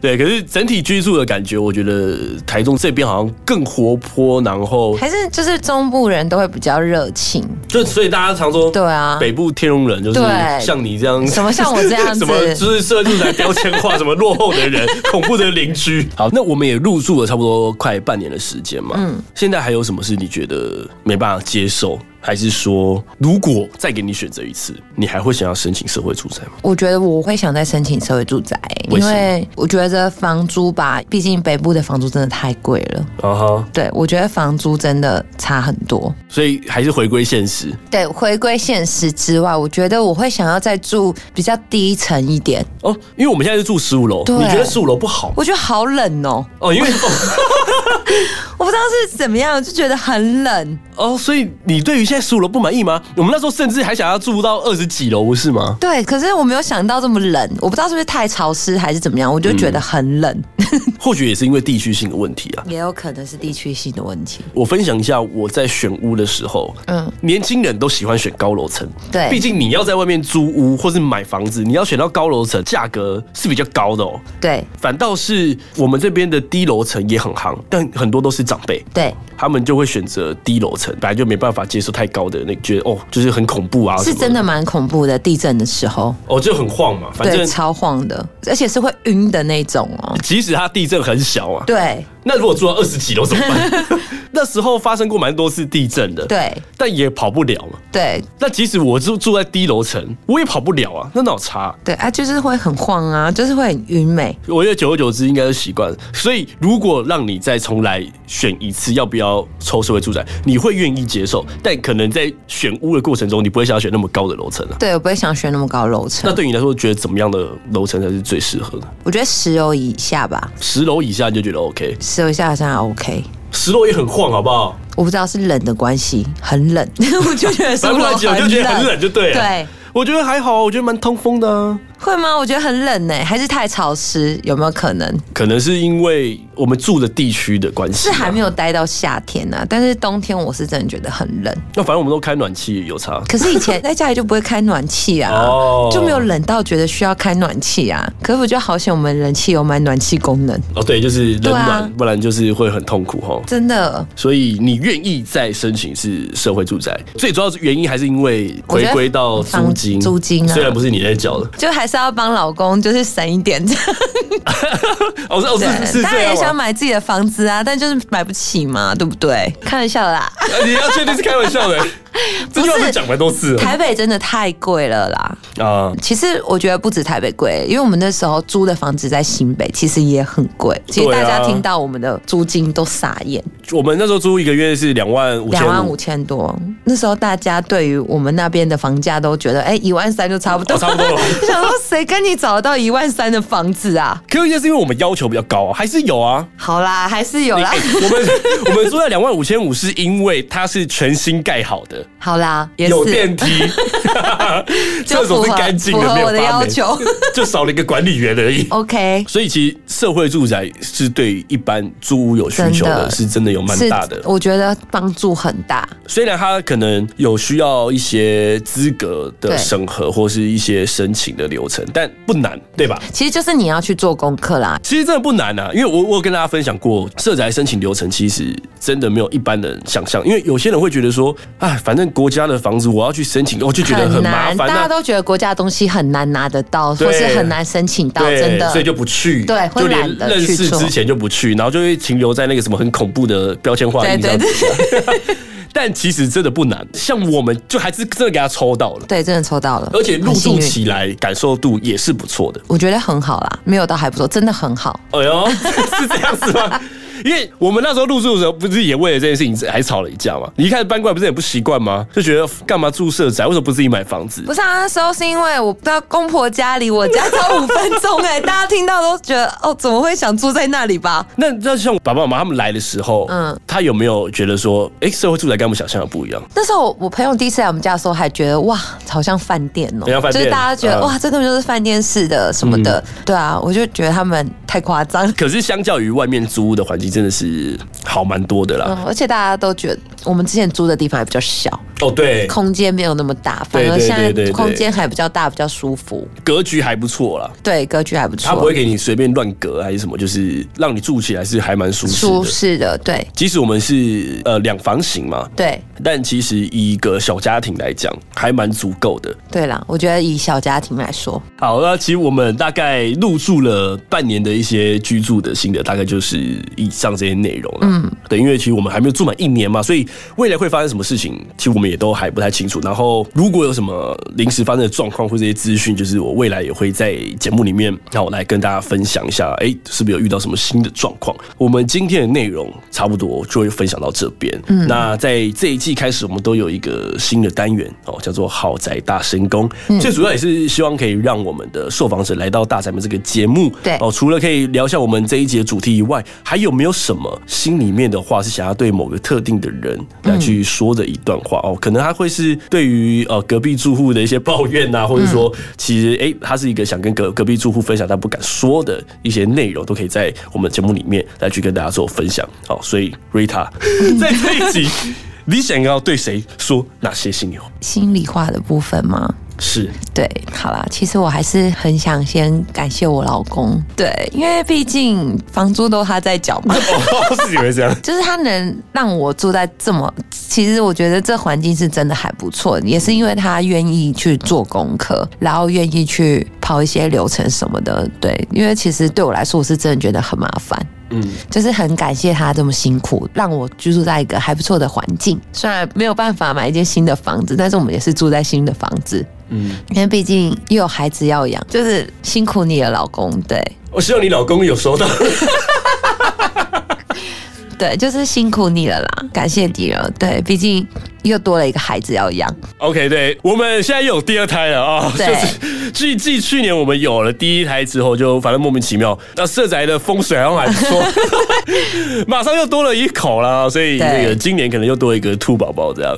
Speaker 1: 对，可是整体居住的感觉，我觉得台中这边好像更活泼，然后
Speaker 2: 还是就是中部人都会比较热情，
Speaker 1: 就所以大家常说，
Speaker 2: 对啊
Speaker 1: 北部天龙人就是
Speaker 2: 对
Speaker 1: 像你这样，
Speaker 2: 什么像我这样 子
Speaker 1: 什么就是社畜来标签化，什么落后的 人、恐怖的邻居。好，那我们也入住了差不多快半年的时间嘛，嗯，现在还有什么是你觉得没办法接受？还是说，如果再给你选择一次，你还会想要申请社会住宅吗？
Speaker 2: 我觉得我会想再申请社会住宅，
Speaker 1: 为
Speaker 2: 因
Speaker 1: 什么
Speaker 2: 为我觉得房租吧，毕竟北部的房租真的太贵了。
Speaker 1: 啊哈，
Speaker 2: 对，我觉得房租真的差很多。
Speaker 1: 所以还是回归现实，
Speaker 2: 对，回归现实之外，我觉得我会想要再住比较低层一点。
Speaker 1: 哦，因为我们现在是住十五楼，
Speaker 2: 对
Speaker 1: 你觉得十五楼不好吗
Speaker 2: 我觉得好冷哦，
Speaker 1: 哦？因为
Speaker 2: 我不知道是怎么样，就觉得很冷。
Speaker 1: 哦，所以你对于现在十五楼不满意吗？我们那时候甚至还想要住到二十几楼，不是 吗？
Speaker 2: 对，可是我没有想到这么冷，我不知道是不是太潮湿还是怎么样，我就觉得很冷，
Speaker 1: 或许也是因为地区性的问题啊。
Speaker 2: 嗯也有可能是地区性的问题。
Speaker 1: 我分享一下我在选屋的时候，嗯
Speaker 2: 嗯，
Speaker 1: 年轻人都喜欢选高楼层，
Speaker 2: 对
Speaker 1: 毕竟你要在外面租屋或是买房子，你要选到高楼层，价格是比较高的哦。
Speaker 2: 对
Speaker 1: 反倒是我们这边的低楼层也很行，但很多都是长辈，
Speaker 2: 对，
Speaker 1: 他们就会选择低楼层，本来就没办法接受太高的那个，觉得哦，就是很恐怖啊，
Speaker 2: 是真
Speaker 1: 的
Speaker 2: 的蛮恐怖的，地震的时候。
Speaker 1: 哦，就很晃嘛。反
Speaker 2: 对，
Speaker 1: 正
Speaker 2: 超晃的，而且是会晕的那种哦。
Speaker 1: 即使它地震很小啊，
Speaker 2: 对
Speaker 1: 那如果住到二十几楼怎么 办？那时候发生过蛮多次地震的，，
Speaker 2: 对
Speaker 1: 但也跑不了嘛。
Speaker 2: 对
Speaker 1: 那即使我住住在低楼层，我也跑不了啊，那哪有差啊、
Speaker 2: 对啊，就是会很晃啊，就是会很晕美。
Speaker 1: 我觉得久而久之应该是习惯了。所以如果让你再重来选一次，要不要抽社会住宅，你会愿意接受，但可能在选屋的过程中，你不会想要选那么高的楼层 啊。
Speaker 2: 对，我不会想选那么高楼
Speaker 1: 那
Speaker 2: 层，
Speaker 1: 对你来说，觉得怎么样的楼层才是最适合的？
Speaker 2: 我觉得十楼以下吧，
Speaker 1: 十楼以下你就觉得 OK，
Speaker 2: 十楼以下好像还 OK。
Speaker 1: 十楼也很晃，好不好？
Speaker 2: 我不知道是冷的关系，很冷， 我就 觉得十
Speaker 1: 反
Speaker 2: 楼
Speaker 1: 过来讲，就觉得很冷，就对了。
Speaker 2: 啊对，
Speaker 1: 我觉得还好，我觉得蛮通风的啊。
Speaker 2: 会吗？我觉得很冷呢、还是太潮湿，有没有可能？
Speaker 1: 可能是因为我们住的地区的关系、
Speaker 2: 是还没有待到夏天啊，但是冬天我是真的觉得很冷。
Speaker 1: 那反正我们都开暖气，有差。
Speaker 2: 可是以前 在家里就不会开暖气啊
Speaker 1: 哦
Speaker 2: 就没有冷到觉得需要开暖气啊。可是我觉得好险，我们人气有买暖气功能，
Speaker 1: 哦，对，就是冷
Speaker 2: 对啊
Speaker 1: 暖，不然就是会很痛苦哈。
Speaker 2: 真的。
Speaker 1: 所以你愿意再申请是社会住宅，最主要的原因还是因为回归到租金，
Speaker 2: 我觉得房租金啊
Speaker 1: 虽然不是你在缴的，
Speaker 2: 就还是要帮老公，就是省一点。
Speaker 1: 哦是哦
Speaker 2: 对
Speaker 1: 是是，
Speaker 2: 当
Speaker 1: 这
Speaker 2: 然也
Speaker 1: 样
Speaker 2: 想
Speaker 1: 吗？
Speaker 2: 买自己的房子啊，但就是买不起嘛，对不对？开玩笑的啦，
Speaker 1: 啊你要确定是开玩笑的，这句话被讲蛮多次了
Speaker 2: 台北真的太贵了啦。
Speaker 1: 啊。
Speaker 2: 其实我觉得不止台北贵，因为我们那时候租的房子在新北，其实也很贵。其实
Speaker 1: 对啊
Speaker 2: 大家听到我们的租金都傻眼。
Speaker 1: 我们那时候租一个月是两万五千
Speaker 2: 两万
Speaker 1: 五
Speaker 2: 五，千多，那时候大家对于我们那边的房价都觉得，哎、一万三就差不多，
Speaker 1: 哦差不多了
Speaker 2: 就 想说，谁跟你找得到一万三的房子啊？
Speaker 1: 可是也是因为我们要求比较高啊，还是有啊。
Speaker 2: 好啦，还是有
Speaker 1: 欸
Speaker 2: 啦，
Speaker 1: 我们我们租在两万五千五，是因为它是全新盖好的，
Speaker 2: 好啦，也
Speaker 1: 有
Speaker 2: 是。
Speaker 1: 电 梯，
Speaker 2: 就
Speaker 1: 厕
Speaker 2: 符
Speaker 1: 所
Speaker 2: 合
Speaker 1: 是干净
Speaker 2: 符合
Speaker 1: 的，没有
Speaker 2: 我的
Speaker 1: 发霉
Speaker 2: 要求， 哦
Speaker 1: 就少了一个管理员而已。
Speaker 2: OK，
Speaker 1: 所以其实社会住宅是对一般租屋有需求的，
Speaker 2: 真的
Speaker 1: 是真的有蛮
Speaker 2: 是
Speaker 1: 大的。
Speaker 2: 我觉得帮助很大。
Speaker 1: 虽然它可能有需要一些资格的
Speaker 2: 对
Speaker 1: 审核或是一些申请的流程，但不难，对吧？
Speaker 2: 其实就是你要去做功课啦，
Speaker 1: 其实真的不难啊，因为我我有跟大家分享过，社宅申请流程其实真的没有一般人想象，因为有些人会觉得说，哎，反正国家的房子我要去申请，我就觉得很麻
Speaker 2: 难，
Speaker 1: 烦、
Speaker 2: 大家
Speaker 1: 啊，
Speaker 2: 都觉得国家的东西很难拿得到，
Speaker 1: 对
Speaker 2: 或是很难申请到，真的
Speaker 1: 所以就不去，
Speaker 2: 对会
Speaker 1: 就连
Speaker 2: 懒得
Speaker 1: 认
Speaker 2: 去
Speaker 1: 识
Speaker 2: 做
Speaker 1: 之前就不去，然后就会停留在那个什么很恐怖的标签化
Speaker 2: 对
Speaker 1: 印象
Speaker 2: 对对
Speaker 1: 底下。但其实真的不难，像我们就还是真的给他抽到了，
Speaker 2: 对，真的抽到了，
Speaker 1: 而且入
Speaker 2: 很幸
Speaker 1: 住
Speaker 2: 运
Speaker 1: 起来感受度也是不错的。
Speaker 2: 我觉得很好啦，没有到还不错，真的很好。
Speaker 1: 哎呦，是这样子吗？因为我们那时候入住的时候，不是也为了这件事情还吵了一架嘛？你一开始搬过来不是也不习惯吗？就觉得干嘛住社宅，为什么不自己买房子？
Speaker 2: 不是啊，那时候是因为我到公婆家里，我家只有五分 钟哎、大家听到都觉得哦，怎么会想住在那里吧？
Speaker 1: 那那像我爸爸妈妈他们来的时候，嗯
Speaker 2: 嗯，
Speaker 1: 他有没有觉得说，哎、社会住宅跟我们想象的不一样？
Speaker 2: 那时候我我朋友第一次来我们家的时候，还觉得哇，好像饭店哦、
Speaker 1: 很像饭店
Speaker 2: 就是大家觉得、
Speaker 1: 嗯
Speaker 2: 哇，这根本就是饭店式的什么的。对啊，我就觉得他们太夸 张了。
Speaker 1: 可是相较于外面租屋的环境，真的是好蛮多的啦。
Speaker 2: 嗯，而且大家都觉得我们之前租的地方还比较小，
Speaker 1: 哦，对，
Speaker 2: 空间没有那么大，反
Speaker 1: 对
Speaker 2: 而
Speaker 1: 对
Speaker 2: 现
Speaker 1: 对对
Speaker 2: 在
Speaker 1: 对
Speaker 2: 空间还比较大，比较舒服。
Speaker 1: 格局还不错啦。
Speaker 2: 对，格局还不错，
Speaker 1: 他不会给你随便乱隔还是什么，就是让你住起来是还蛮舒适
Speaker 2: 舒
Speaker 1: 的。
Speaker 2: 适的。对
Speaker 1: 即使我们是呃两房型嘛，
Speaker 2: 对
Speaker 1: 但其实以一个小家庭来讲，还蛮足够的。
Speaker 2: 对啦，我觉得以小家庭来说，
Speaker 1: 好，那其实我们大概入住了半年的一些居住的心得，大概就是以上这些内容了。嗯，对，因为其实我们还没有住满一年嘛，所以未来会发生什么事情，其实我们也都还不太清楚。然后如果有什么临时发生的状况或这些资讯，就是我未来也会在节目里面，那我来跟大家分享一下，哎、是不是有遇到什么新的状况？我们今天的内容差不多就会分享到这边。嗯，那在这一季开始，我们都有一个新的单元哦，叫做“豪宅大神功”最主要也是希望可以让我们的受访者来到大宅门这个节目，
Speaker 2: 对
Speaker 1: 哦，除了可以聊一下我们这一节主题以外，还有没有什么心里面的话是想要对某个特定的人来去说的一段话、哦？可能他会是对于呃隔壁住户的一些抱怨呐、或者说其实诶，他是一个想跟隔隔壁住户分享但不敢说的一些内容，都可以在我们节目里面来去跟大家做分享。好、所以 Rita 在这一集，你想要对谁说哪些心里话？
Speaker 2: 心里话的部分吗？
Speaker 1: 是
Speaker 2: 对，好啦，其实我还是很想先感谢我老公，对，因为毕竟房租都他在缴嘛，
Speaker 1: 哦，是以为这样。
Speaker 2: 就是他能让我住在这么，其实我觉得这环境是真的还不错，也是因为他愿意去做功课，然后愿意去跑一些流程什么的，对，因为其实对我来说，我是真的觉得很麻烦。
Speaker 1: 嗯，
Speaker 2: 就是很感谢他这么辛苦，让我居住在一个还不错的环境。虽然没有办法买一间新的房子，但是我们也是住在新的房子。
Speaker 1: 嗯
Speaker 2: 嗯，因为毕竟又有孩子要养，就是辛苦你了，老公。对
Speaker 1: 我希望你老公有收到。
Speaker 2: 对，就是辛苦你了啦，感谢你了。对，毕竟又多了一个孩子要养。
Speaker 1: OK，对，我们现在又有第二胎了啊、
Speaker 2: 对
Speaker 1: 就是继继去年我们有了第一胎之后，就反正莫名其妙，那社宅的风水好像还不 错，马上又多了一口啦，所以
Speaker 2: 对
Speaker 1: 那个今年可能又多一个兔宝宝这样。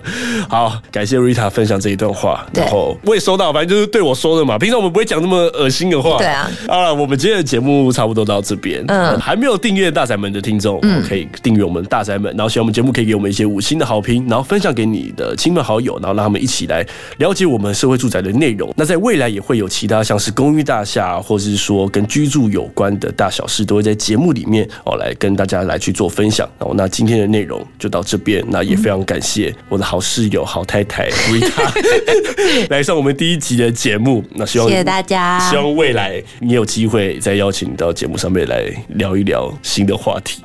Speaker 1: 好，感谢 Rita 分享这一段话，
Speaker 2: 对
Speaker 1: 然后我也收到，反正就是对我说的嘛，平常我们不会讲那么恶心的话。
Speaker 2: 对啊
Speaker 1: 好了，我们今天的节目差不多到这边，嗯，
Speaker 2: 嗯
Speaker 1: 还没有订阅大宅门的听众，哦可以订阅我们大宅门，然后喜欢我们节目可以给我们一些五星的好评，然后分享给你的亲朋好友，然后让他们一起来了解我们社会住宅的内容。那在未来也会有其他像是公寓大厦，或是说跟居住有关的大小事，都会在节目里面哦来跟大家来去做分享。然后那今天的内容就到这边，那也非常感谢我的好室友、好太太 Rita 来上我们第一集的节目。那希望
Speaker 2: 谢谢大家
Speaker 1: 希望希望未来你有机会再邀请你到节目上面来聊一聊新的话题。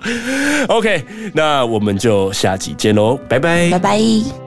Speaker 1: OK，那我们就下集见喽，拜拜
Speaker 2: 拜拜。